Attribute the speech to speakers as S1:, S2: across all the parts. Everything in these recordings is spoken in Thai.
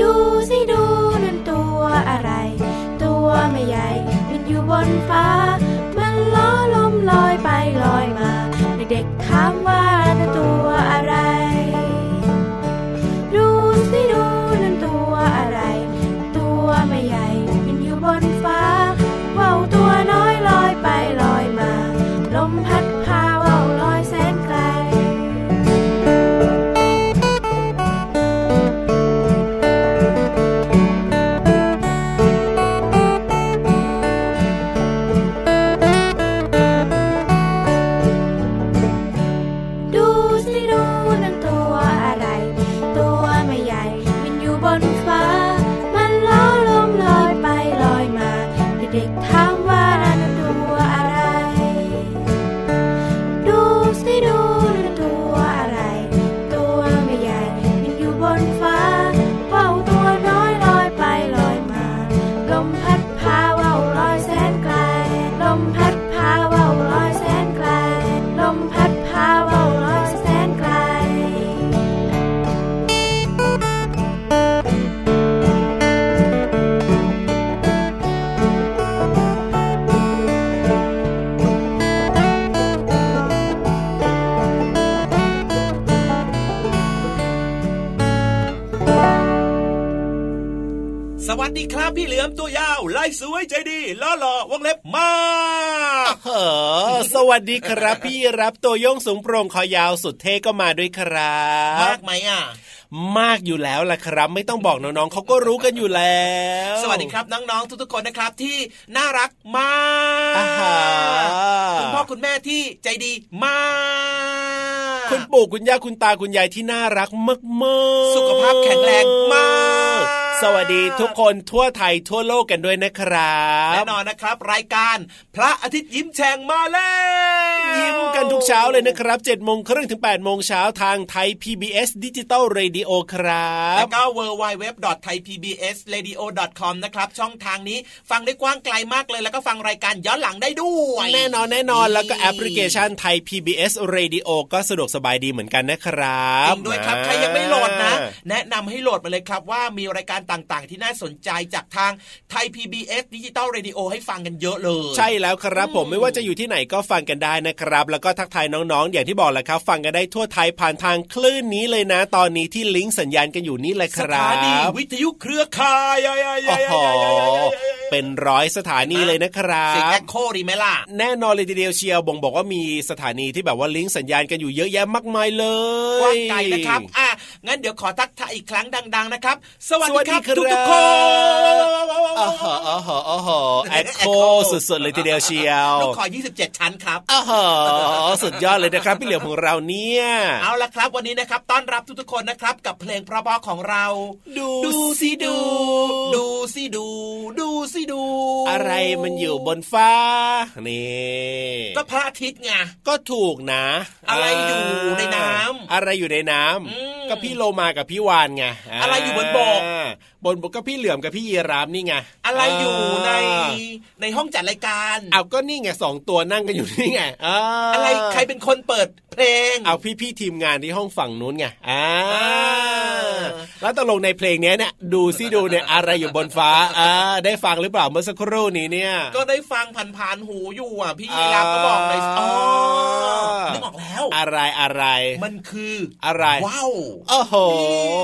S1: ดูสิดูนั่นตัวอะไร ตัวไม่ใหญ่บินอยู่บนฟ้า มันล้อลมลอยไปลอยมา เด็กๆถามว่านั่นตัวอะไร ดูสิดูนั่นตัวอะไร ตัวไม่ใหญ่บินอยู่บนฟ้าว่าวตัวน้อยลอยไปลอยมา ลมพัดพาว่าวลอยแสนไกล ดูสิดูนั่นตัวอะไร ตัวไม่ใหญ่บินอยู่บนฟ้า มันล้อลมลอยไปลอยมา เด็กๆถามว่านั่นตัวอะไร ดูสิดูนั่นตัวอะไร ตัวไม่ใหญ่บินอยู่บนฟ้าว่าวตัวน้อยลอยไปลอยมา ลมพัดพาว่าวลอยแสนไกล ลมพัดพาว่าวลอยแสนไกล ลมพัดพาว่าวลอยแสนไกล
S2: สวัสดีครับพี่เหลือมตัวยาวลายสวยใจดีล่อหล่อวงเล็บมาก
S3: เออสวัสดีครับ พี่รับตัวโยงสูงโปร่งคอยาวสุดเท่ก็มาด้วยครั
S2: มาก
S3: บ
S2: ไหมอ่ะ
S3: มากอยู่แล้วล่ะครับ ไม่ต้องบอกน้องๆเขาก็รู้กันอยู่แล้ว
S2: สวัสดีครับน้องๆทุกๆคนนะครับที่น่ารักมาก
S3: อาหา
S2: คุณพ่อคุณแม่ที่ใจดีมาก
S3: คุณปู่คุณย่าคุณตาคุณยายที่น่ารักมากๆ
S2: สุขภาพแข็งแรงมาก
S3: สวัสดีทุกคนทั่วไทยทั่วโลกกันด้วยนะครับ
S2: แน่นอนนะครับ รายการพระอาทิตย์ยิ้มแฉ่งมาแล้ว
S3: ยิ้มกันทุกเช้าเลยนะครับ7จ็ดโมงครึ่งถึง8ปดโมงเช้าทางไทย PBS ดิจิตอลเรดิโอครั
S2: แล้
S3: บ
S2: วก็ www.thaipbsradio.com นะครับ ช่องทางนี้ฟังได้กว้างไกลมากเลย แล้วก็ฟังรายการย้อนหลังได้ด้วย
S3: แน่นอนแน่นอนแล้วก็แอปพลิเคชันไทย PBS Radio ก็สะดวกสบายดีเหมือนกันนะครั
S2: จ
S3: บ
S2: ริงด้วยครับ ใครยังไม่โหลดนะ แนะนำให้โหลดมาเลยครับว่ามีรายการต่างๆ ที่น่าสนใจจากทางไทย PBS ดิจิตอลเรดิโอให้ฟังกันเยอะเลย
S3: ใช่แล้วครับผมไม่ว่าจะอยู่ที่ไหนก็ฟังกันได้นะครับ แล้วก็ทักทายน้องๆ อย่างที่บอกแหละครับ ฟังกันได้ทั่วไทยผ่านทางคลื่นนี้เลยนะ ตอนนี้ที่ลิงก์สัญญาณกันอยู่นี่แหละค
S2: ส
S3: รั
S2: ถานี
S3: บ
S2: วิทยุเครือข่ายยยย
S3: โอ้
S2: ย
S3: โหเป็นร้อยสถานีเลยนะครั
S2: เสียงแอบ คโคดีไหมล่ะ
S3: แน่นอนเลยทีเดียวเชียวบ่งบอกว่ามีสถานีที่แบบว่าลิงก์สัญญาณกันอยู่เยอะแยะมากมายเลย
S2: กว้างไกลนะครับ อ่ะ งั้นเดี๋ยวขอทักทายอีกครั้งดัง ๆ นะครับ สวัสดีครับ
S3: สวัสดี
S2: ทุก
S3: ครับ
S2: ๆคน
S3: อ๋อฮะอ๋อฮะอ๋อฮะแอดโคสุดๆเลยทีเดียวเชียว
S2: ลูกขอ 27 ชั้นครับ
S3: อ๋อฮะสุดยอดเลยนะครับ พี่เหลียวของเราเนี่ย
S2: เอาละครับ วันนี้นะครับ ต้อนรับทุกๆคนนะครับ กับเพลงเพราะๆของเรา
S3: ดู
S2: ดูสิดู
S3: ดู
S2: ดูสิดู ดูสิดู
S3: อะไรมันอยู่บนฟ้า นี่
S2: ก็พระอาทิตย์ไง
S3: ก็ถูกนะ
S2: อะไรอยู่ในน้ำ
S3: อะไรอยู่ในน้ำ
S2: ม
S3: ก็พี่โลมากับพี่วานไงา
S2: อะไรอยู่บนบก
S3: บนบกก็พี่เหลือมกับพี่ยีรามนี่ไง
S2: อะไรอยู่ใน
S3: อ่า
S2: ในห้องจัดรายการ
S3: เอาก็นี่ไงสองตัวนั่งกันอยู่นี่ไงา
S2: อะไรใครเป็นคนเปิดเพลง
S3: เอาพี่พี่ๆทีมงานที่ห้องฝั่งนู้นไงอ่า
S2: อ่า
S3: แล้วตกลงในเพลงเนี้ยเนี่ยดูซิดูเนี่ยอะไรอยู่บนฟ้าอ่าได้ฟังหรือเปล่าเมื่อสักครู่นี้เนี่ย
S2: ก็ได้ฟังผ่านๆหูอยู่อ่ะ พี่ยีราฟก็บอกเลย
S3: อ่า
S2: อ๋อนึกออกแล้ว
S3: อะไรอะไร
S2: มันคือ
S3: อะไร
S2: ว้าว
S3: โอ้โห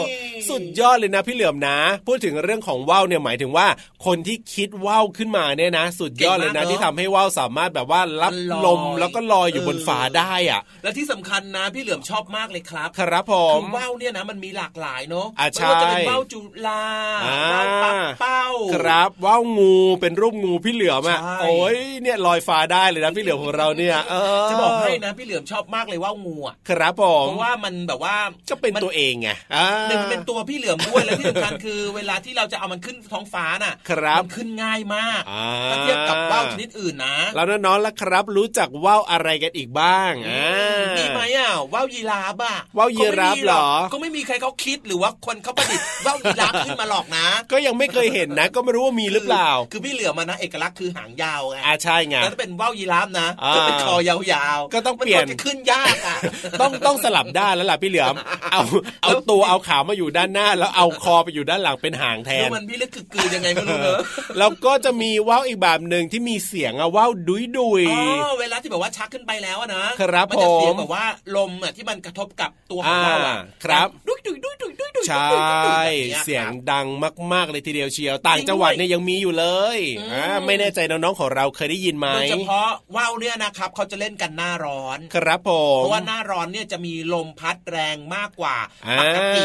S2: นี่
S3: สุดยอดเลยนะพี่เหลือมนะ พูดถึงเรื่องของว่าวเนี่ยหมายถึงว่า คนที่คิดว่าวขึ้นมาเนี่ยนะ สุดยอดเลยนะ ที่ทำให้ว่าวสามารถแบบว่ารับลมแล้วก็ลอยอยู่บนฟ้าได้อ่ะ
S2: และ ที่สำคัญนะพี่เหลือมชอบมากเลยครับ
S3: ครับผม
S2: คือว่าวเนี่ยนะมันมีหลากหลายเนาะ
S3: อ่ะใช่
S2: ไม่ว่าจะเป็นว่าวจุฬา
S3: อ่า
S2: ว่าวปักเป้า
S3: ครับว่าวงูเป็นรูปงูพี่เหลือมอ่ะ
S2: ใช่
S3: โอ้ยเนี่ยลอยฟ้าได้เลยนะพี่เหลือมของเราเนี่ยเ
S2: จะบอกให้นะพี่เหลือมชอบมากเลยว่าวงูอะ
S3: ครับผม
S2: เพราะว่ามันแบบว่า
S3: ก็เป็น
S2: มั
S3: ตัวเองไงอ่า
S2: หนึ่งมันเป็นตัวพี่เหลือมด้วยและที่สำคัญ คือเวลาที่เราจะเอามันขึ้นท้องฟ้าน่ะ
S3: ครับ
S2: มันขึ้นง่ายมาก
S3: อ่า
S2: ถ้าเทียบกับว่าวชนิดอื่นนะ
S3: แล้วน้องๆล่ะครับ รู้จักว่าวอะไรกันอีกบ้างอ่า
S2: มีไหมอ่ะว่าวยีราฟอ่ะ
S3: ว่าวยีราฟเหรอ
S2: ก็ไม่มีใครเขาคิดหรือว่าคนเขาประดิษฐ์ ว่าวยีราฟขึ้นมาหรอกนะ
S3: ก็ยังไม่เคยเห็นนะ ก็ไม่รู้ว่ามีหรือเปล่า
S2: คือคือพี่เหลือมันนะเอกลักษณ์คือหางยาวไง
S3: อาใช่ไง
S2: แล้วถ้าเป็นว่าวยีราฟนะ
S3: อ่า
S2: จะเป็นคอยาวๆ
S3: ก็ต้อง
S2: มั
S3: เปลี่ยน
S2: จะขึ้นยากอ่ะ
S3: ต้องต้องสลับด้านแล้วล่ะพี่เหลือม เอาเอาตัวเอาขามาอยู่ด้านหน้า แล้วเอาคอไปอยู่ด้านหลังเป็นหางแท
S2: ดู
S3: น
S2: มันพี่เล็กคือกือยังไงไม่รู้เนอะ
S3: แล้วก็จะมีว่าวอีกแบบหนึ่งที่มีเสียงอะว่าวดุยดุย
S2: อ๋อเวลาที่แบบว่าชักขึ้นไปแล้วอะนะครับ มัจะเสียง
S3: ผม
S2: แบบว่าลมอะที่มันกระทบกับตัวของเรา
S3: อ่า
S2: อะ
S3: ครับ
S2: ดุยดุยดุยดุยดุยดุย
S3: ใช่
S2: แบบนี้
S3: เสียง
S2: ครับ
S3: ดังมากๆเลยทีเดียวเชียวต่างจังหวัดเนี่ยยังมีอยู่เลย
S2: อืม
S3: อ่าไม่แน่ใจน้องๆของเราเคยได้ยินไหม
S2: โดยเฉพาะว่าวเนี่ยนะครับเขาจะเล่นกันหน้าร้อน
S3: ครับผม
S2: เพราะว่าหน้าร้อนเนี่ยจะมีลมพัดแรงมากกว่า
S3: อ่า
S2: ปกติ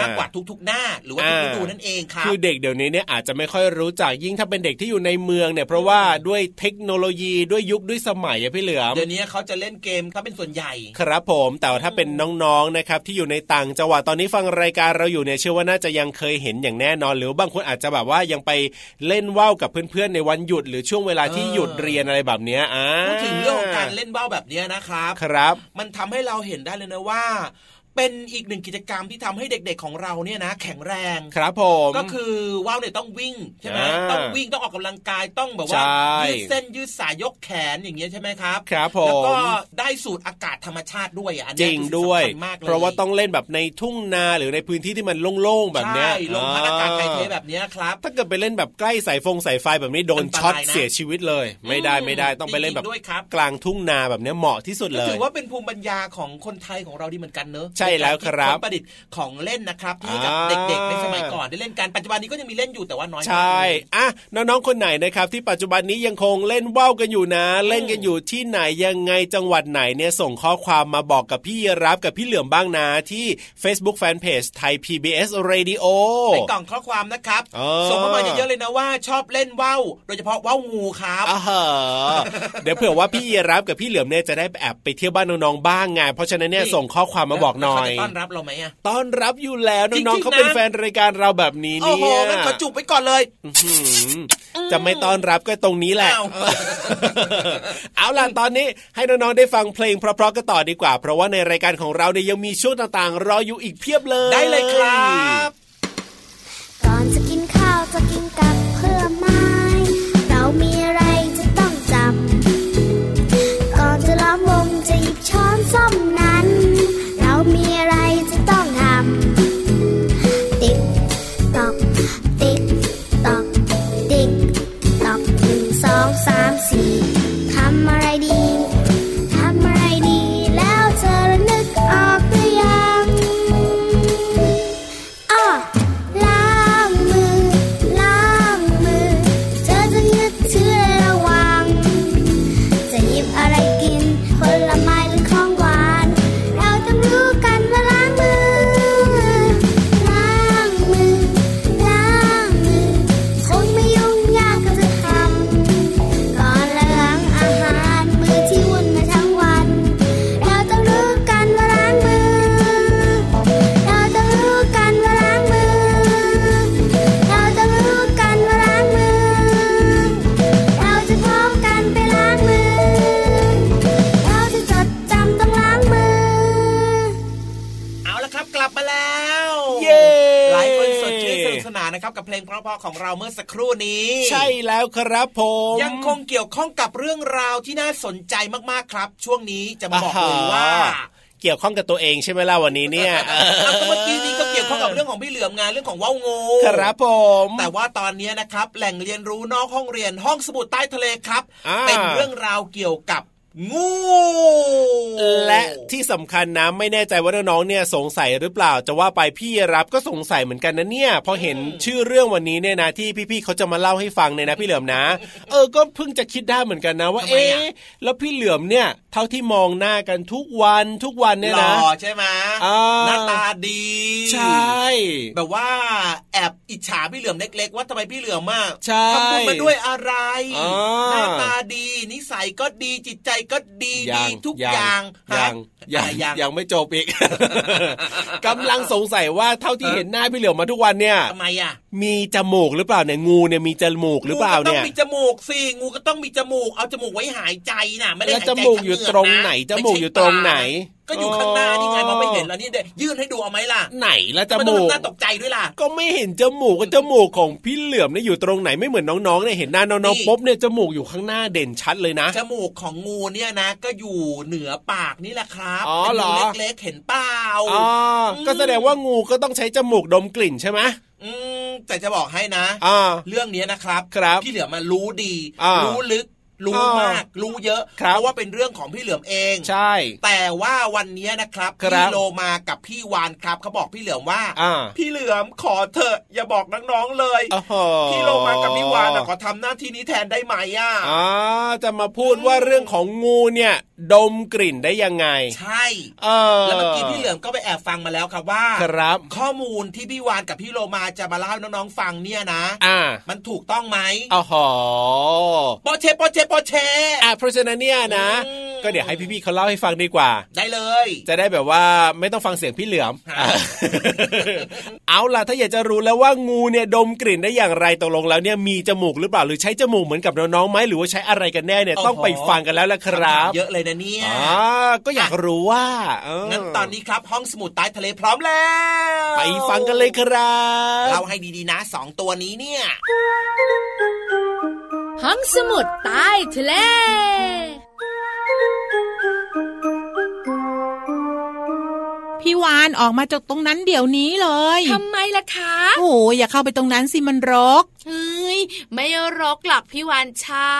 S2: มากกว่าทุกๆหน้าหรือว่าทุกฤดูนั่นเองครับ
S3: คือเด็กเดี๋ยวนี้เนี่ยอาจจะไม่ค่อยรู้จักยิ่งถ้าเป็นเด็กที่อยู่ในเมืองเนี่ยเพราะว่าด้วยเทคโนโลยีด้วยยุคด้วยสมัยอะพี่เหลือม
S2: เดี๋ยวนี้เขาจะเล่นเกมถ้าเป็นส่วนใหญ่
S3: ครับผมแต่ว่าถ้าเป็นน้องๆนะครับที่อยู่ในต่างจังหวัดตอนนี้ฟังรายการเราอยู่เนี่ยเชื่อว่าน่าจะยังเคยเห็นอย่างแน่นอน หรือบางคนอาจจะแบบว่ายังไปเล่นว่าวกับเพื่อนๆในวันหยุด หรือช่วงเวลาที่
S2: เออ
S3: หยุดเรียนอะไรแบบเนี้ยอ่า
S2: พูดถึงเรื่องของการเล่นว่าวแบบเนี้ยนะครับ
S3: ครับ
S2: มันทำให้เราเห็นได้เลยนะว่า เป็นอีกหนึ่งกิจกรรมที่ทำให้เด็กๆของเราเนี่ยนะ แข็งแรง
S3: ครับผม
S2: ก็คือว่าวเนี่ยต้องวิ่งใช่ไหม
S3: อ่า
S2: ต้องวิ่งต้องออกกำลังกายต้องแบบว่า
S3: ใช่
S2: ยืดเส้นยืดสายยกแขนอย่างเงี้ยใช่ไหมครับ
S3: ครับผม
S2: แล้วก็ได้สูตรอากาศธรรมชาติด้วยอ่ะอั
S3: จ
S2: นเนี้ย
S3: ริง
S2: คือ
S3: ด้วย
S2: สำคัญมากลย
S3: เพราะว่าต้องเล่นแบบในทุ่งนาหรือในพื้นที่ที่มันโล่งๆแบบเนี้ย
S2: ใช่ลมพัดอากาศไทยเทแบบเนี้ยครับ
S3: ถ้าเกิดไปเล่นแบบใกล้สายฟงสายไฟแบบนี้โดน
S2: อันตราย
S3: ช็อต
S2: นะ
S3: เสียชีวิตเลย ไม่ได้ไม่ได้ต้องไปเล่นแบบ
S2: จริงๆด้วยครับ
S3: กลางทุ่งนาแบบเนี้ยเหมาะที่สุด
S2: ก็
S3: เลย
S2: ถือว่าเป็นภูมิปัญญาของคนไทยของเราดีเหมือนกันเนอะ
S3: ใช่แล้วครับ
S2: ในกาดประดิษฐ์ของเล่นนะครับที่ให้กับ
S3: อ่า
S2: เด็กๆในสมัยก่อนได้เล่นกันปัจจุบันนี้ก็ยังมีเล่นอยู่แต่ว่าน้อยมาก
S3: ใช่อ่ะน้องๆคนไหนนะครับที่ปัจจุบันนี้ยังคงเล่นว่าวกันอยู่นะ เล่นกันอยู่ที่ไหนยังไงจังหวัดไหนเนี่ยส่งข้อความมาบอกกับพี่รับกับพี่เหลือมบ้างนะที่ Facebook Fanpage ไทย PBS Radio
S2: ในกล่องข้อความนะครับ
S3: เออ
S2: ส่งเข้ามาเยอะๆเลยนะว่าชอบเล่นว่าวโดยเฉพาะว่าวงูครับ
S3: อ่าฮะเดี๋ยวเผื่อว่าพี่รับกับพี่เหลือมเนี่ยจะได้แอบไปเที่ยวบ้านน้องๆบ้างไงเพราะฉะนั้นเนี่ยส่งข้อความมาบอกหน่อ
S2: แล้วเขา
S3: ย
S2: จะต้อนรับเราไหมอะ
S3: ต้อนรับอยู่แล้ว
S2: จริงๆ
S3: น้องๆเขาเป็น
S2: นะ
S3: แฟนรายการเราแบบนี้
S2: โอ้
S3: เนี่ย
S2: โหงั้นขอจูบไว้ก่อนเลย
S3: อื้อหือจะไม่ต้อนรับก็ตรงนี้แหละ
S2: อ้าว
S3: เอาล่ะตอนนี้ให้น้องๆได้ฟังเพลงเพราะๆกันต่อดีกว่า เพราะว่าในรายการของเราเนี่ยยังมีช่วงต่างๆ รออยู่อีกเพียบเลย
S2: ได้เลยครับ
S4: ก่อนจะกินข้าวจะกินกับเพื่อไม้ เรามีอะไรจะต้องจำ ก่อนจะล้อมวงจะหยิบช้อนส้อมนั้น เรามีอะไรจะต้องทำ ติ๊กตอก ติ๊กตอก ติ๊กตอกหนึ่งสองสามสี่ทำอะไรดี ทำอะไรดีแล้วเธอระนึกออกหรือยัง ออล้างมือ ล้างมือ เธอจะยึดถือระวัง จะหยิบอะไรกิน ผลไม้หรือของหวาน เราต้องรู้กันว่าล้างมือ ล้างมือ ล้างมือ คงไม่ยุ่งยากก็จะทำ ก่อนและหลังอาหารมือที่วุ่นมาทั้งวัน เราต้องรู้กันว่าล้างมือ เราต้องรู้กันว่าล้างมือ เราต้องรู้กันว่าล้างมือ เราจะพร้อมกันไปล้างมือ เราจะจดจำต้องล้างมือ
S2: เอาละครับกลับมาแล้ว
S3: เย้
S2: หลายคนสดชื่นสนุกสนานนะครับกับเพลงเพราะๆของเราเมื่อสักครู่นี้
S3: ใช่แล้วครับผม
S2: ยังคงเกี่ยวข้องกับเรื่องราวที่น่าสนใจมากๆครับ ช่วงนี้จะมาบอกเลยว่า
S3: อ่ฮะเกี่ยวข้องกับตัวเองใช่ไหมล่ะวันนี้เนี่ย
S2: เอ้าก็เมื่อกี้นี้ก็เกี่ยวข้องกับเรื่องของพี่เหลือมงานเรื่องของว่าวงู
S3: ครับผม
S2: แต่ว่าตอนนี้นะครับ แหล่งเรียนรู้นอกห้องเรียนห้องสมุดใต้ทะเลครับ
S3: อ่า
S2: เป็นเรื่องราวเกี่ยวกับ งู
S3: และที่สำคัญนะไม่แน่ใจว่าน้องๆเนี่ยสงสัยหรือเปล่าจะว่าไปพี่รับก็สงสัยเหมือนกันนะเนี่ยพอเห็นชื่อเรื่องวันนี้เนี่ยนะที่พี่ๆเขาจะมาเล่าให้ฟังเนี่ยนะพี่เหลือมนะ เออก็เพิ่งจะคิดได้เหมือนกันนะ ว่า
S2: ทำไม
S3: เอ๊ะ
S2: อะ
S3: แล้วพี่เหลือมเนี่ย เท่าที่มองหน้ากันทุกวันทุกวันเนี่ย
S2: หล่
S3: นะ
S2: อใช่ไหม
S3: อ่า
S2: หน้าตาดี
S3: ใช่
S2: แบบว่าแอบอิจฉาพี่เหลือมเล็ก ๆ ว่าทำไมพี่เหลือมมาก
S3: ใช่
S2: ทำบุญมาด้วยอะไร
S3: อ่า
S2: หน้าตาดีนิสัยก็ดีจิตใจก็ดี
S3: ยั
S2: ดี
S3: ง
S2: ทุก
S3: ยัง
S2: อย่างฮะ
S3: ยังยัง
S2: อะไร
S3: ยังไม่จบอีก กำลังสงสัยว่าเท่าที่เห็นหน้าพี่เหลือมมาทุกวันเนี่ย
S2: ทำไมอ่ะ
S3: มีจมูกหรือเปล่าเนี่ยงูเนี่ยมีจมูกหรือเปล่า
S2: งูก็ต้อ
S3: เนี่
S2: ง
S3: ย
S2: มีจมูกสิงูก็ต้องมีจมูกเอาจมูกไว้หายใจน่ะไม่ได้
S3: แล้ว
S2: หายใจ
S3: จมูกอยู่
S2: ทา
S3: ตรงไหน
S2: เกะ
S3: จมูกอยู่ตรงไหน
S2: ม่ใช่ปากก็อยู่ข้างหน้านี่ไง
S3: อ๋อ
S2: มองไม่เห็นแล้วนี่เดี๋ยวยื่นให้ดูเอาไหมล่ะ
S3: ไหนละจ
S2: ไม่ต้อ
S3: มูก
S2: งทำหน้าตกใจด้วยล่ะ
S3: ก็ไม่เห็นจมูกก็จมูกของพี่เหลือมเนี่ยอยู่ตรงไหนไม่เหมือนน้องๆเนี่ยเห็นหน้าน้อง
S2: นี่
S3: ๆปุ๊บเนี่ยจมูกอยู่ข้างหน้าเด่นชัดเลยนะ
S2: จมูกของงูเนี่ยนะ ก็อยู่เหนือปากนี่แหละครับ
S3: อ๋อเหรอ
S2: เป็นงูเล็กๆเห็นเปล่า
S3: อ๋อก็แสดงว่างูก็ต้องใช้จมูกดมกลิ่นใช่ไหม
S2: อืมแต่จะบอกให้นะ
S3: อ่า
S2: เรื่องนี้นะครับ
S3: ครับ
S2: พี่เหลือมมันรู้ดี
S3: อ่ารู้
S2: รู้ลึก รู้
S3: อ่าม
S2: มาก รู้เยอะ
S3: ครับ
S2: เพราะว่าเป็นเรื่องของพี่เหลือมเอง
S3: ใช่
S2: แต่ว่าวันนี้นะครับ
S3: ครั
S2: พี่
S3: บ
S2: โลมากับพี่วานครับเขาบอกพี่เหลือมว่า
S3: อ่า
S2: พี่เหลือมขอเถอะอย่าบอกน้องๆเลย
S3: โอ้โห
S2: พี่โลมากับพี่วานนะขอทำหน้าที่นี้แทนได้ไหมอ่ะ
S3: อ่าจะมาพูดว่าเรื่องของงูเนี่ย ดมกลิ่นได้ยังไง
S2: ใช่
S3: เออ
S2: แล้วเมื่อกี้พี่เหลือมก็ไปแอบฟังมาแล้วครับว่า
S3: ครับ
S2: ข้อมูลที่พี่วานกับพี่โลมาจะมาเล่าให้น้องๆฟังเนี่ยนะ
S3: อ่า
S2: มันถูกต้องไหม
S3: โอ้โห
S2: โปเชโปเชโปเช
S3: อ่ะเพราะฉะนั้นเนี่ยนะ
S2: อืม
S3: ก็เดี๋ยวให้พี่ๆเขาเล่าให้ฟังดีกว่า
S2: ได้เลย
S3: จะได้แบบว่าไม่ต้องฟังเสียงพี่เหลือม
S2: ฮะ
S3: เอาล่ะถ้าอยากจะรู้แล้วว่างูเนี่ยดมกลิ่นได้อย่างไรตกลงแล้วเนี่ยมีจมูกหรือเปล่าหรือใช้จมูกเหมือนกับน้องๆไหมหรือว่าใช้อะไรกันแน่เนี่ยต้องไปฟังกันแล้วล่ะครับ
S2: เยอะเลยนะเนี่ย
S3: อ่าก็อยากรู้ว่าเออ
S2: งั้นตอนนี้ครับห้องสมุดใต้ทะเลพร้อมแล้ว
S3: ไปฟังกันเลยครับ
S2: เราให้ดีๆนะสองตัวนี้เนี่ย
S5: ห้องสมุดใต้ทะเล
S6: พี่วานออกมาจากตรงนั้นเดี๋ยวนี้เลย
S5: ทำไมล่ะคะ
S6: โอ้ยอย่าเข้าไปตรงนั้นสิมันรก
S5: เฮ้ยไม่รกหรอกพี่วานชา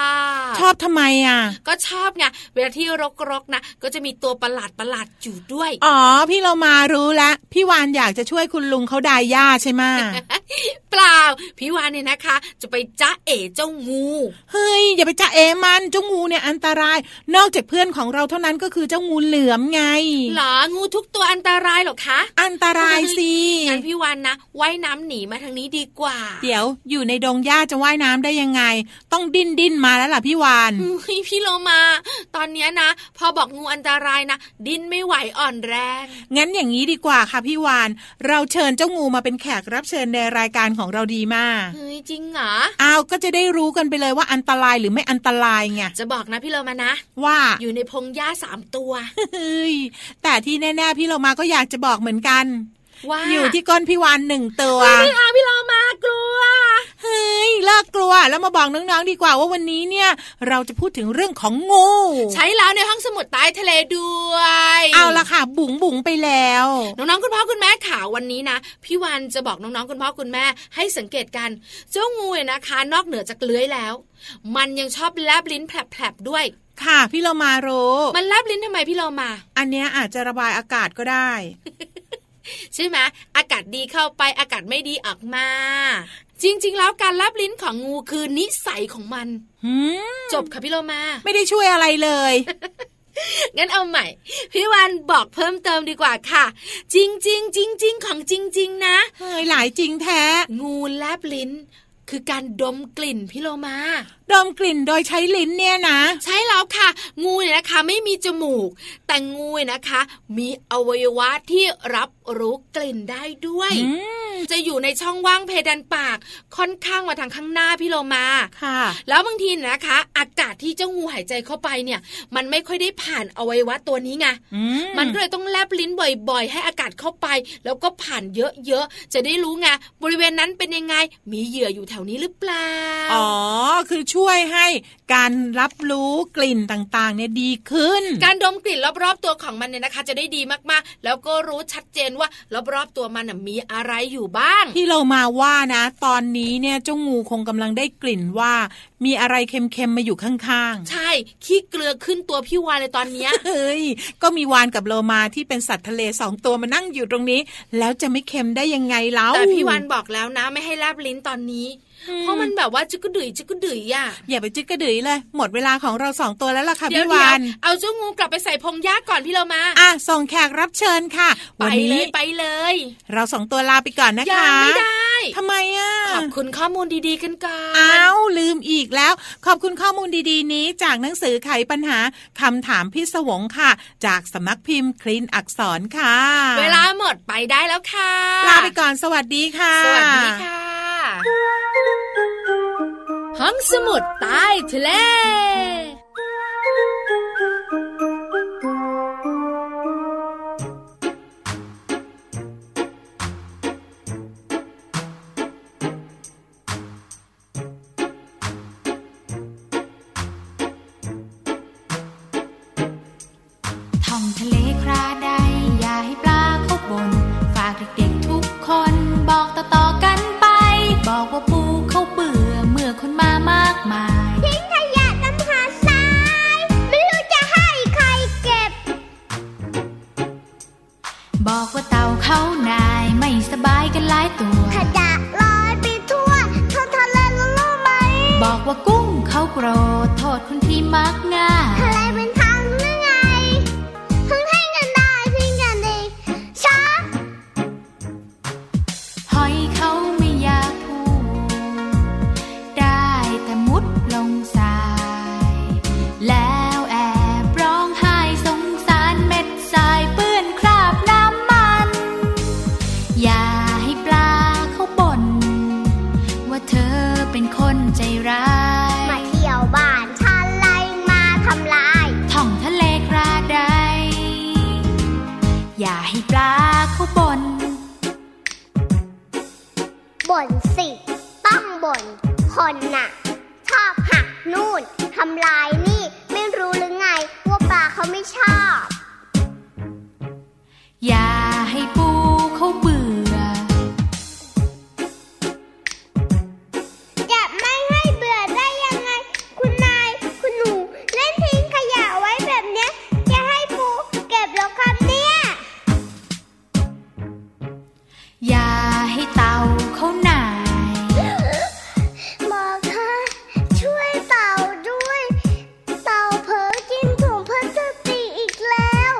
S6: ชอบทำไมอ่ะ
S5: ก็ชอบไงเวลาที่รกๆนะก็จะมีตัวประหลาดประหลาดๆอยู่ด้วย
S6: อ๋อ พี่เรามารู้ละพี่วานอยากจะช่วยคุณลุงเขาดายหญ้าใช่ไห มะ
S5: เปล่าพี่วานเนี่ยนะคะ จะไปจ้าเอ๋เจ้างู
S6: เฮ้ยอย่าไปจ้าเอมันเจ้างูเนี่ยอันตราย นอกจากเพื่อนของเราเท่านั้นก็คือเจ้างูเหลือมไง
S5: เหรองูทุกตัวอันตรายเหรอคะ
S6: อันตรายสิ
S5: งั้นพี่วานนะว่ายน้ำหนีมาทางนี้ดีกว่า
S6: เดี๋ยวอยู่ในดงหญ้าจะว่ายน้ำได้ยังไง ต้องดิ้นดิ้นมาแล้วล่ะพี่วาน
S5: เฮ้ยพี่โลมา ตอนเนี้ยนะ พอบอกงูอันตรายนะดิ้นไม่ไหวอ่อนแรง
S6: งั้นอย่างนี้ดีกว่าค่ะพี่วาน เราเชิญเจ้างูมาเป็นแขกรับเชิญในรายการของเราดีมาก
S5: เฮ้ยจริงเหรอ
S6: อ้าวก็จะได้รู้กันไปเลยว่าอันตรายหรือไม่อันตรายไง
S5: จะบอกนะพี่โลมานะ
S6: ว่า
S5: อยู่ในพงหญ้าสามตัว
S6: เฮ้ยแต่ที่แน่ๆพี่เรามาก็อยากจะบอกเหมือนกัน
S5: ว่า
S6: อยู่ที่ก้นพี่วานหนึ่งตัว
S5: ไม่เอาพี่โลมากลัว
S6: เฮ้ยเลิกกลัวแล้วมาบอกน้องๆดีกว่าว่าวันนี้เนี่ย เราจะพูดถึงเรื่องของงู
S5: ใช้แล้วในห้องสมุดใต้ทะเลด้วย
S6: เอาละค่ะ บุ๋งบุ๋งไปแล้ว
S5: น้องๆคุณพ่อคุณแม่ข่าววันนี้นะพี่วันจะบอกน้องๆคุณพ่อคุณแม่ ให้สังเกตกัน เจ้างูเนี่ยนะคะ นอกเหนือจากเลื้อยแล้ว มันยังชอบแลบลิ้นแผลบๆด้วย
S6: ค่ะ พี่เรามารู้
S5: มันแลบลิ้นทำไมพี่โลมา
S6: อันเนี้ยอาจจะระบายอากาศก็ได้
S5: ใช่ไหมอากาศดีเข้าไปอากาศไม่ดีออกมา จริง ๆ แล้วการแลบลิ้นของงูคือนิสัยของมัน
S6: หืม
S5: จบค่ะพี่โลมา
S6: ไม่ได้ช่วยอะไรเลย
S5: งั้นเอาใหม่ พี่วันบอกเพิ่มเติมดีกว่าค่ะ จริงจริงจริงจริงๆของจริง ๆ นะ
S6: เฮ้ยหลายจริงแท้
S5: งูแลบลิ้น คือการดมกลิ่นพี่โลมา
S6: ดมกลิ่นโดยใช้ลิ้นเนี่ยนะ
S5: ใช่แล้วค่ะ งูเนี่ยนะคะไม่มีจมูก แต่งูเนี่ยนะคะ มีอวัยวะที่รับรู้กลิ่นได้ด้วย จะอยู่ในช่องว่างเพดานปาก ค่อนข้างมาทางข้างหน้าพี่โลมา
S6: ค่ะ
S5: แล้วบางทีเนี่ยนะคะ อากาศที่เจ้างูหายใจเข้าไปเนี่ย มันไม่ค่อยได้ผ่านอวัยวะตัวนี้ไง มันก็เลยต้องแลบลิ้นบ่อยๆ ให้อากาศเข้าไป แล้วก็ผ่านเยอะๆ จะได้รู้ไงบริเวณนั้นเป็นยังไง มีเหยื่ออยู่ ถวนี้หรือเปล่า
S6: อ๋อ คือช่วยให้การรับรู้กลิ่นต่างๆ เนี่ยดีขึ้น
S5: การดมกลิ่นรอบๆตัวของมันเนี่ยนะคะ จะได้ดีมากๆ แล้วก็รู้ชัดเจนว่ารอบๆตัวมันน่ะมีอะไรอยู่บ้าง
S6: ที่เรามาว่านะ ตอนนี้เนี่ยเจ้างูคงกำลังได้กลิ่นว่า มีอะไรเค็มๆมาอยู่ข้าง
S5: ใช่ขี้เกลือขึ้นตัวพี่วานเลยตอนเนี้ย
S6: ๆ เฮ้ย ก็มีวานกับโลมาที่เป็นสัตว์ทะเลสองตัวมานั่งอยู่ตรงนี้ แล้วจะไม่เค็มได้ยังไงเล่า
S5: แต่พี่วานบอกแล้วนะไม่ให้แลบลิ้นตอนนี้ เพราะมันแบบว่าจุกกระดือยจุกกระดือยอ่ะ
S6: อย่าไปจึกกระดือยเลย หมดเวลาของเราสองตัวแล้วล่ะค่ะ
S5: เดี๋ยวเดี๋ยว
S6: พี่าน
S5: เอาเจ้างูกลับไปใส่พงหญ้าก่อนพี่เรามา
S6: อ่ะส่งแขกรับเชิญค่ะ
S5: ไป
S6: วัน
S5: เล
S6: นี้
S5: ยไปเลย
S6: เราสองตัวลาไปก่อนนะ
S5: ยัง
S6: คะ
S5: ไม่ได้
S6: ทำไมอ่ะ
S5: ขอบคุณข้อมูลดีๆกันก่อน
S6: อ้าวลืมอีกแล้ว ขอบคุณข้อมูลดีๆ นี้จากหนังสือไขปัญหาคำถามพิศวงค่ะ จากสำนักพิมพ์คลินอักษรค่ะ
S5: เวลาหมดไปได้แล้วค่ะ
S6: ลาไปก่อนสวัสดีค่ะ
S5: สวัสดีค่ะห้องสมุดใต้ทะเล
S7: ท่องทะเลคราใด อย่าให้ปลาเข้าบน ฝากเด็กๆทุกคน บอกต่อๆกันไป บอกว่าปูเขาเบื่อเมื่อคนมามากมาย
S8: ทิ้งขยะน้ำหาทราย ไม่รู้จะให้ใครเก็บ
S7: บอกว่าเต่าเขานายไม่สบายกันหลายตัว
S8: ขยะลอยไปทั่วท้องทะเลแล้วรู้ไหม
S7: บอกว่ากุ้งเขาโกรธโทษคนที่มักง่าย
S8: ทะเลเป็นทางหรือไงเพิ่งให้กันได้เพิ่งกันเองช้า
S7: หอยเขาไม่อยากพูดได้แต่มุดลงทราย แล้วแอบร้องไห้สงสารเม็ดทรายเปื้อนคราบน้ำมัน อย่าให้ปลาเขาบ่นว่าเธอเป็นคนใจร้าย
S8: มาเที่ยวบ้านฉันไล่มาทำลาย
S7: ท่องทะเลกระไดอย่าให้ปลาเขาบ่น
S8: บ่นสิ ต้องบ่นคนน่ะ ชอบหักนู่นทำลายนี่ ไม่รู้หรือไง ว่าปลาเขาไม่ชอบ
S7: อย่าให้ปูเขาเบื่อ
S8: จะไม่ให้เบื่อได้ยังไง คุณนาย คุณหนู เล่นทิ้งขยะไว้แบบเนี้ย จะให้ปูเก็บเหรอครับเนี่ย
S7: อย่าให้เต่าเขาหน่าย
S8: หมอคะช่วยเต่าด้วย เต่าเผลอกินถุงพลาสติกอีกแล้ว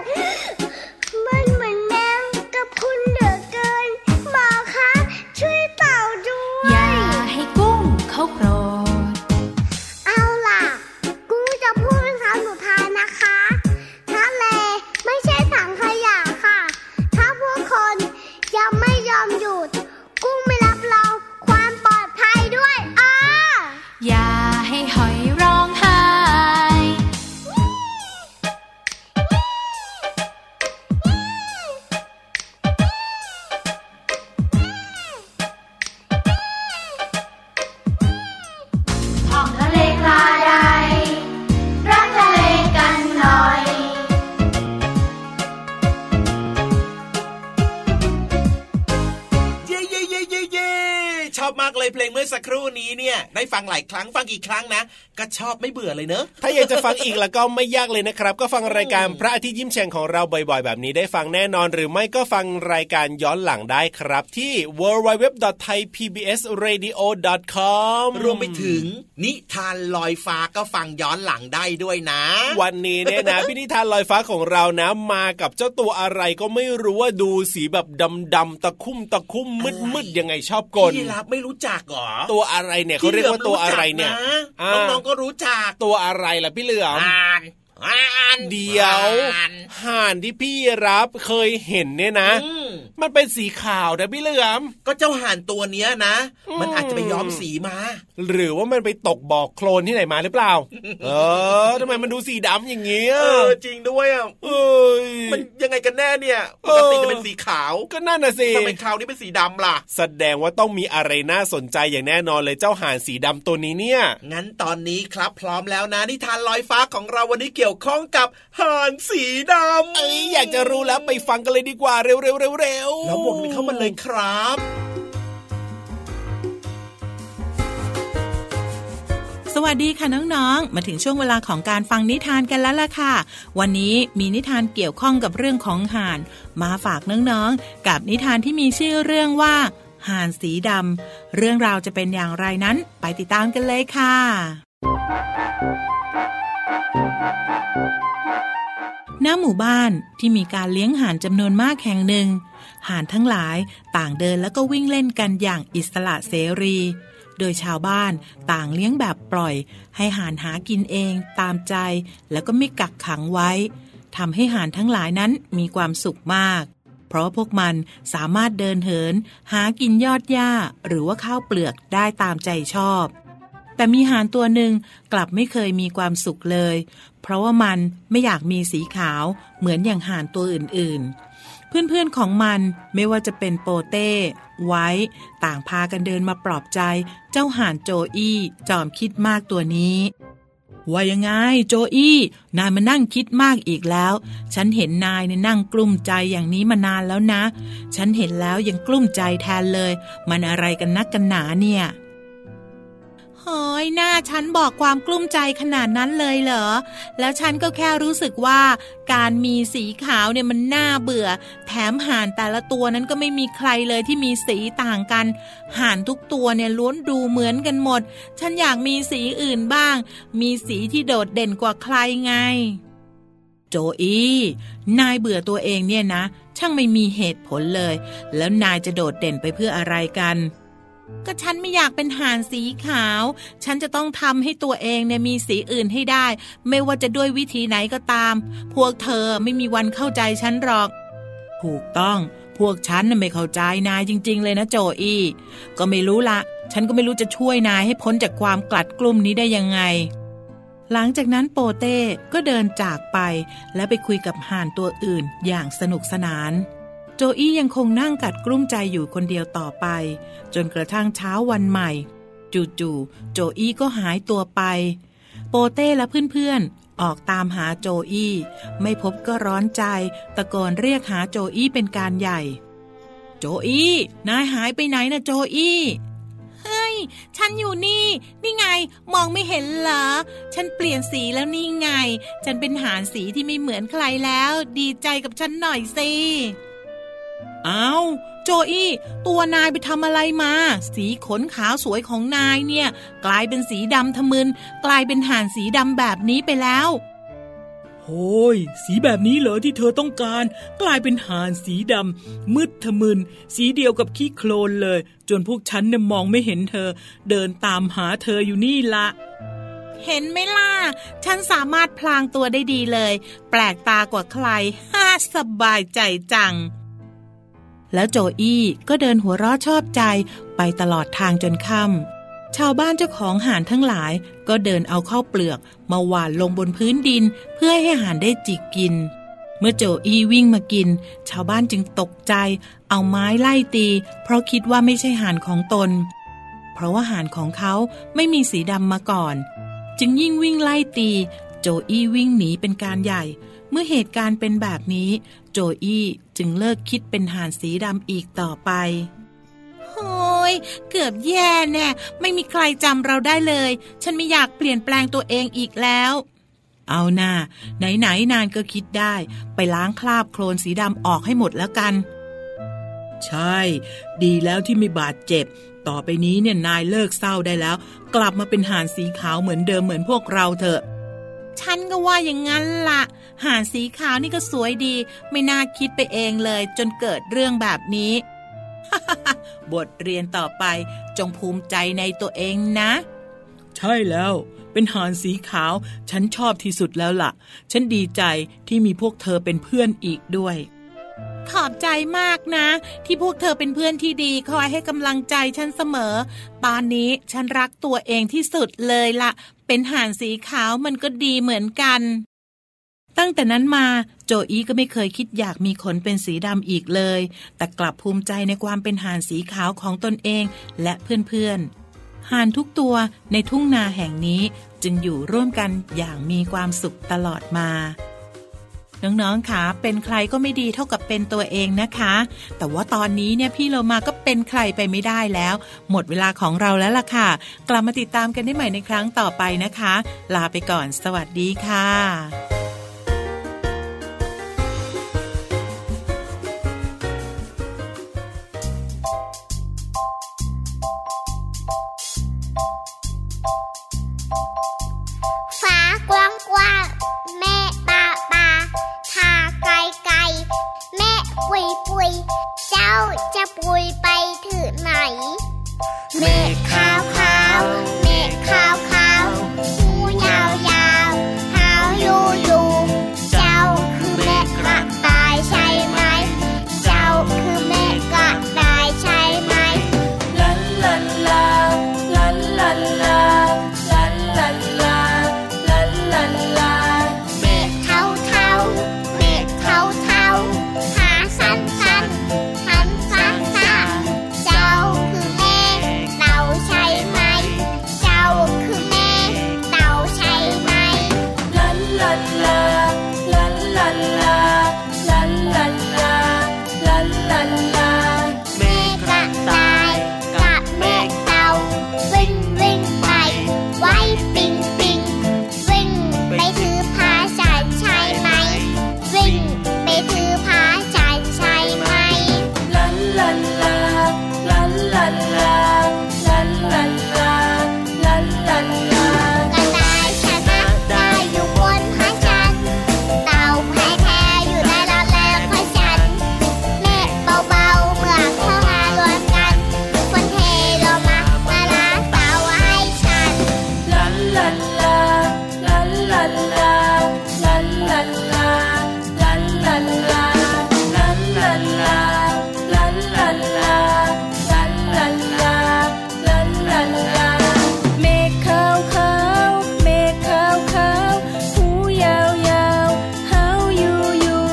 S8: มันเหมือนแมงกระพรุนเหลือเกิน หมอคะช่วยเต่าด้ว
S7: อย่าย ให้กุ้งเขาโกรธ
S8: เอาล่ะ กูจะพูดเป็นคำสุดท้ายนะคะทะเลไม่ใช่ถังขยะค่ะ ถ้าพวกคนยังไม่ยอมหยุด กุ้งไม่รับรองความปลอดภัยด้วยอ้อ
S7: อย่าให้หอยร้องไห้
S8: ออกทะเลคลาใดรักทะเลกันหน่อย
S2: เย่เย่เย่เย่เย่ชอบมากเลยเพลงเมื่อสักครู่นี้เนี่ย ได้ฟังหลายครั้งฟังกี่ครั้งนะ ก็ชอบไม่เบื่อเลยเนอะ
S3: ถ้าอยากจะฟังอีกแล้วก็ไม่ยากเลยนะครับ ก็ฟังรายการพระอาทิตย์ยิ้มแฉ่งของเราบ่อยๆ แบบนี้ได้ฟังแน่นอน หรือไม่ก็ฟังรายการย้อนหลังได้ครับที่ www.thaipbsradio.com
S2: รวมไปถึง นิทานลอยฟ้าก็ฟังย้อนหลังได้ด้วยนะ
S3: วันนี้เนี่ยนะ พี่นิทานลอยฟ้าของเรานะ มากับเจ้าตัวอะไรก็ไม่รู้ว่าดูสีแบบดำๆตะคุ่มตะคุ่มมืดมืดๆยังไงชอบกล
S2: พี่รับไม่รู้จักเหรอ
S3: ตัวอะไรเนี่ยเขาเรียกว่าตัวอะไรเนี่ย
S2: พี่หลื
S3: อ่า
S2: มรู้จักนะน้องๆก็รู้จัก
S3: ตัวอะไรล่ะพี่เหลือม
S2: อ่านอ่าน
S3: เดี๋ยว
S2: อ่าน
S3: ห่านที่พี่รับเคยเห็นเนี่ยนะ
S2: อืม
S3: มันเป็นสีขาวนะพี่เหลือม
S2: ก็เจ้าห่านตัวเนี้ยนะ มันอาจจะไปย้อมสีมา
S3: หรือว่ามันไปตกบ่อโคลนที่ไหนมาหรือเปล่า เออทำไมมันดูสีดำอย่างเงี้ย
S2: เออจริงด้วยอ่ะ
S3: เอ้ย
S2: มันยังไงกันแน่เนี่ยป
S3: เออ
S2: กติจะเป็นสีขาว
S3: ก็นั่นน่ะสิ
S2: ทำไมคราวนี้เป็นสีดำล่ะ
S3: แสดงว่าต้องมีอะไรน่าสนใจอย่างแน่นอนเลยเจ้าห่านสีดำตัวนี้เนี่ย
S2: งั้นตอนนี้ครับพร้อมแล้วนะนิทานลอยฟ้าของเราวันนี้เกี่ยวข้องกับห่านสีดำ
S3: เอ้ยอยากจะรู้แล้วไปฟังกันเลยดีกว่าเร็วๆๆเร็ว
S2: แล้วบทมันเข้ามาเลยครับ
S6: สวัสดีค่ะน้องๆ มาถึงช่วงเวลาของการฟังนิทานกันแล้วล่ะค่ะ วันนี้มีนิทานเกี่ยวข้องกับเรื่องของห่าน มาฝากน้องๆ กับนิทานที่มีชื่อเรื่องว่าห่านสีดำ เรื่องราวจะเป็นอย่างไรนั้นไปติดตามกันเลยค่ะ ณ หมู่บ้านที่มีการเลี้ยงห่านจำนวนมากแห่งหนึ่ง ห่านทั้งหลายต่างเดินแล้วก็วิ่งเล่นกันอย่างอิสระเสรี โดยชาวบ้านต่างเลี้ยงแบบปล่อย ให้ห่านหากินเองตามใจ แล้วก็ไม่กักขังไว้ทำให้ห่านทั้งหลายนั้นมีความสุขมาก เพราะพวกมันสามารถเดินเหิน หากินยอดหญ้าหรือว่าข้าวเปลือกได้ตามใจชอบ แต่มีห่านตัวหนึ่งกลับไม่เคยมีความสุขเลย เพราะว่ามันไม่อยากมีสีขาวเหมือนอย่างห่านตัวอื่นๆ เพื่อนๆของมันไม่ว่าจะเป็นโปเต้ ไว้ ต่างพากันเดินมาปลอบใจ เจ้าห่านโจอี้จอมคิดมากตัวนี้ ว่ายังไงโจอี้นายมานั่งคิดมากอีกแล้ว ฉันเห็นนายเนี่ยนั่งกลุ้มใจอย่างนี้มานานแล้วนะ ฉันเห็นแล้วยังกลุ้มใจแทนเลย มันอะไรกันนักกันหนาเนี่ยเฮ้ยหน้าฉันบอกความกลุ้มใจขนาดนั้นเลยเหรอ แล้วฉันก็แค่รู้สึกว่าการมีสีขาวเนี่ยมันน่าเบื่อ แถมห่านแต่ละตัวนั้นก็ไม่มีใครเลยที่มีสีต่างกัน ห่านทุกตัวเนี่ยล้วนดูเหมือนกันหมด ฉันอยากมีสีอื่นบ้าง มีสีที่โดดเด่นกว่าใครไง โจอี้นายเบื่อตัวเองเนี่ยนะ ช่างไม่มีเหตุผลเลย แล้วนายจะโดดเด่นไปเพื่ออะไรกัน ก็ฉันไม่อยากเป็นห่านสีขาว ฉันจะต้องทำให้ตัวเองเนี่ยมีสีอื่นให้ได้ ไม่ว่าจะด้วยวิธีไหนก็ตาม พวกเธอไม่มีวันเข้าใจฉันหรอก ถูกต้อง พวกฉันน่ะไม่เข้าใจนายจริง ๆ เลยนะโจอี้ ก็ไม่รู้ละ ฉันก็ไม่รู้จะช่วยนายให้พ้นจากความกลัดกลุ่มนี้ได้ยังไง หลังจากนั้นโปเต้ก็เดินจากไป และไปคุยกับห่านตัวอื่นอย่างสนุกสนาน โจอี้ยังคงนั่งกัดกลุ้มใจอยู่คนเดียวต่อไป จนกระทั่งเช้าวันใหม่ จู่ๆโจอี้ก็หายตัวไป โปเต้และเพื่อนๆ ออกตามหาโจอี้ ไม่พบก็ร้อนใจ ตะโกนเรียกหาโจอี้เป็นการใหญ่ โจอี้ นายหายไปไหนนะโจอี้ เฮ้ย ฉันอยู่นี่ นี่ไง มองไม่เห็นเหรอ ฉันเปลี่ยนสีแล้วนี่ไง ฉันเป็นหานสีที่ไม่เหมือนใครแล้ว ดีใจกับฉันหน่อยสิ อ้าวโจอี้ ตัวนายไปทำอะไรมา สีขนขาวสวยของนายเนี่ย กลายเป็นสีดำทะมึน กลายเป็นห่านสีดำแบบนี้ไปแล้วโอ้ยสีแบบนี้เหรอที่เธอต้องการ กลายเป็นห่านสีดำมืดทะมึน สีเดียวกับขี้โคลนเลย จนพวกฉันเนี่ยมองไม่เห็นเธอ เดินตามหาเธออยู่นี่ละ เห็นไหมล่ะ ฉันสามารถพลางตัวได้ดีเลย แปลกตากว่าใคร ฮ่าสบายใจจัง แล้วโจอี้ก็เดินหัวเราะชอบใจไปตลอดทางจนค่ำชาวบ้านเจ้าของห่านทั้งหลาย ก็เดินเอาเข้าวเปลือก มาหว่านลงบนพื้นดิน เพื่อให้ห่านได้จิกกิน เมื่อโจอี้วิ่งมากิน ชาวบ้านจึงตกใจ เอาไม้ไล่ตี เพราะคิดว่าไม่ใช่ห่านของตน เพราะว่าห่านของเขาไม่มีสีดำมาก่อน จึงยิ่งวิ่งไล่ตี โจอี้วิ่งหนีเป็นการใหญ่ เมื่อเหตุการณ์เป็นแบบนี้ โจอี้จึงเลิกคิดเป็นห่านสีดำอีกต่อไปโอ้ยเกือบแย่แน่ไม่มีใครจำเราได้เลย ฉันไม่อยากเปลี่ยนแปลงตัวเองอีกแล้ว เอาหน่าไหนไหนๆนานก็คิดได้ ไปล้างคราบโคลนสีดำออกให้หมดแล้วกัน ใช่ ดีแล้วที่ไม่บาดเจ็บ ต่อไปนี้เนี่ยนายเลิกเศร้าได้แล้ว กลับมาเป็นห่านสีขาวเหมือนเดิมเหมือนพวกเราเถอะ ฉันก็ว่าอย่างนั้นละ่ะ ห่านสีขาวนี่ก็สวยดี ไม่น่าคิดไปเองเลย จนเกิดเรื่องแบบนี้ บทเรียนต่อไปจงภูมิใจในตัวเองนะ ใช่แล้ว เป็นหานสีขาว ฉันชอบที่สุดแล้วล่ะ ฉันดีใจที่มีพวกเธอเป็นเพื่อนอีกด้วย ขอบใจมากนะ ที่พวกเธอเป็นเพื่อนที่ดีคอยให้กำลังใจฉันเสมอ ตอนนี้ฉันรักตัวเองที่สุดเลยละเป็นห่านสีขาวมันก็ดีเหมือนกัน ตั้งแต่นั้นมาโจอีก็ไม่เคยคิดอยากมีขนเป็นสีดำอีกเลย แต่กลับภูมิใจในความเป็นห่านสีขาวของตนเองและเพื่อนๆห่านทุกตัวในทุ่งนาแห่งนี้จึงอยู่ร่วมกันอย่างมีความสุขตลอดมา น้องๆค่ะเป็นใครก็ไม่ดีเท่ากับเป็นตัวเองนะคะ แต่ว่าตอนนี้เนี่ยพี่โลมาก็เป็นใครไปไม่ได้แล้ว หมดเวลาของเราแล้วล่ะค่ะ กลับมาติดตามกันได้ใหม่ในครั้งต่อไปนะคะ ลาไปก่อน สวัสดีค่ะ
S8: ฟ้ากว้างกว้างแม่ปลาปลาพาไกลไกลแม่ปุยปุยเจ้าจะปุยไปถึงไหนเมฆขาวขาวเมฆขาวขาวหูยาวยาวหาวยูยูเจ้าคือแม่กระต่ายใช่ไหม เจ้าคือแม่กระต่ายใช่ไหม เมฆเทาเทาเมฆเทาเทาขาสั้นสั้นหันฟ้าซ่าเจ้าคือเมฆเราใช่ไหม เจ้าคือเมฆเราใช่ไหม เมฆกระต่ายกับเมฆเต่าวิ่งวิ่งไป ไว้ปิงปิงวิ่งไปถือพาฉันใช่ไหม วิ่งไปถือพาฉันใช่ไหม กระต่ายชนะได้อยู่บนพระจันทร์เต่าแพ้แท้อยู่ในละแลกพระจันทร์เมฆเบาๆเมื่อเข้ามารวมกันฝนเทลงมามาล้างเต่าให้ฉัน
S9: เมฆขาวขาวเมฆขาวขาวหูยาวยาวหาวอยู่อยู่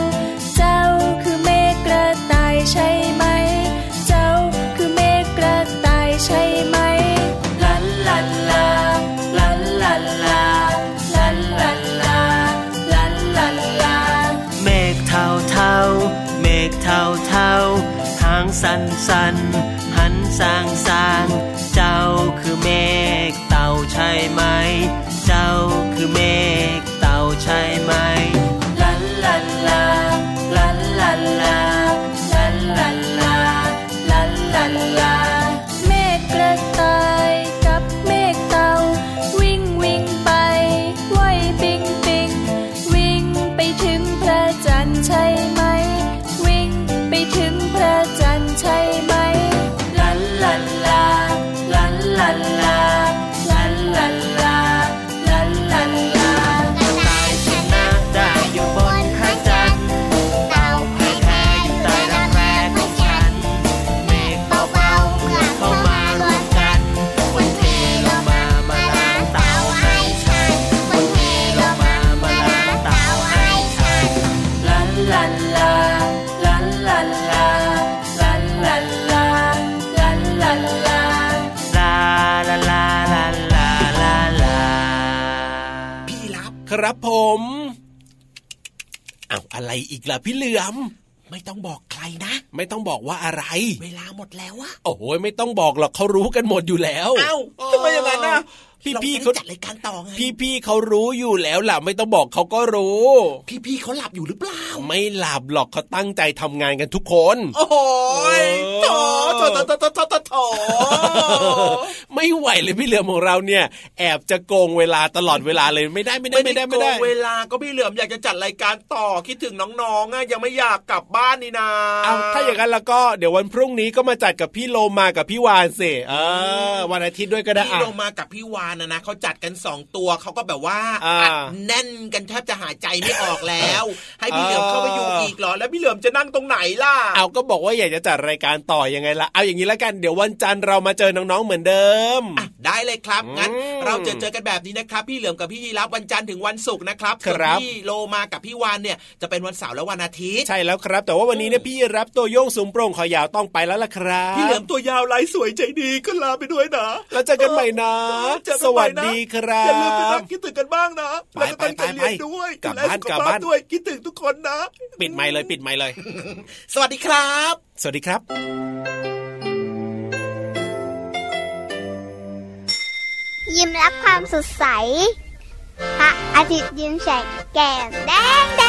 S9: เจ้าคือเมฆกระต่ายใช่ไหม เจ้าคือเมฆกระต่ายใช่ไหม
S10: เมฆเทาเทาๆเมฆเทาเทาๆหางสันสันๆหันสางสางๆเจ้าคือเมฆเต่าใช่ไหม เจ้าคือเมฆเต่าใช่ไหม
S9: เมฆกระต่ายกับเมฆเต่าวิ่งวิ่งไปไว้ปิงปิงวิ่งไปถึงพระจันทร์ใช่ไหม วิ่งไปถึงพระจันทร์ใช่ไหม
S8: กระต่ายชนะได้อยู่บนพระจันทร์เต่าแพ้แพ้อยู่ในละแวกพระจันทร์เมฆเบาๆเมื่อเข้ามารวมกันฝนเทลงมามาล้างเต่าให้ฉันฝนเทลงมามาล้างเต่าให้ฉัน
S10: ลาลาลาลาลาลาลา
S2: พี่รับ
S3: ครับผม อ้าวอะไรอีกล่ะพี่เหลือม
S2: ไม่ต้องบอกใครนะ
S3: ไม่ต้องบอกว่าอะไร
S2: เวลาหมดแล้วอะ
S3: โอ้ยไม่ต้องบอกหรอกเขารู้กันหมดอยู่แล้ว
S2: เอ้าทำไมอย่างนั้นนะ
S3: พี่
S2: เรา
S3: พี่ๆ
S2: จะ
S3: เขา
S2: ได้จัดรายการต่อไง
S3: พี่พี่ๆเขารู้อยู่แล้วล่ะ ไม่ต้องบอกเขาก็รู้
S2: พี่พี่เขาหลับอยู่หรือเปล่า
S3: ไม่หลับหรอกเขาตั้งใจทำงานกันทุกคน
S2: โอ้โห
S3: เออ
S2: ท
S3: ถ
S2: โถโถโถโถโถโถโถ
S3: ไม่ไหวเลยพี่เหลือมของเราเนี่ย แอบจะโกงเวลาตลอดเวลาเลยไม่ได้ไม่ได้ไม่ได้ไม่ได้
S2: โกงเวลาก็พี่เหลือมอยากจะจัดรายการต่อคิดถึงน้องๆอ่ะยังไม่อยากกลับบ้านนี่นา
S3: เอาถ้าอย่างนั้นแล้วก็เดี๋ยววันพรุ่งนี้ก็มาจัดกับพี่โลมากับพี่วานสิเออ วันอาทิตย์ด้วยก็ได้
S2: พี่
S3: อ่ะ
S2: โลมากับพี่วานนะนะเขาจัดกันสองตัวเขาก็แบบว่า
S3: อ่า
S2: อัดแน่นกันแทบจะหายใจไม่ออกแล้ว ให้พี่
S3: อ่า
S2: เหลือมเข้าไปอยู่อีกเหรอแล้วพี่เหลือมจะนั่งตรงไหนล่ะ
S3: เอาก็บอกว่าอยากจะจัดรายการต่อยังไงล่ะเอาอย่างนี้ละกันเดี๋ยววันจันทร์เรามาเจอน้องๆเหมือนเดิม
S2: อ่ะได้เลยครับงั้น
S3: อืม
S2: เราจะเจอกันแบบนี้นะครับ พี่เหลือมกับพี่ยีรับวันจันทร์ถึงวันศุกร์นะครับ
S3: ครับ
S2: ส่วนพี่โลมากับพี่วานเนี่ยจะเป็นวันเสาร์และวันอาทิตย์
S3: ใช่แล้วครับ แต่ว่าวันนี้เนี่ยพี่รับตัวโยงสูงโปร่งขอยาวต้องไปแล้วล่ะครับ
S2: พี่เหลือมตัวยาวลายสวยใจดีก็ลาไปด้วยนะ
S3: แล้วเจอกันใหม่นะ
S2: เจอกั
S3: ส
S2: นใหม่
S3: วัส
S2: นะ
S3: ดีครั
S2: อย่าลืมไปนั่
S3: บ
S2: งคิดถึงกันบ้างนะ
S3: ไป
S2: แล้วก็ตั้งใจ
S3: ไปไป
S2: เรียนด้วย
S3: กลับ
S2: ดูแ
S3: บ้าน
S2: สุข
S3: กลับ
S2: ภพ
S3: บ้าน
S2: ด้วยคิดถึงทุกคนนะ
S3: ปิดไมค์เลยปิดไมค์เลย
S2: สวัสดีครับ
S3: สวัสดีครับ
S8: ยิ้มรับความสดใส พระอาทิตย์ยิ้มแฉกแก้มแดงแด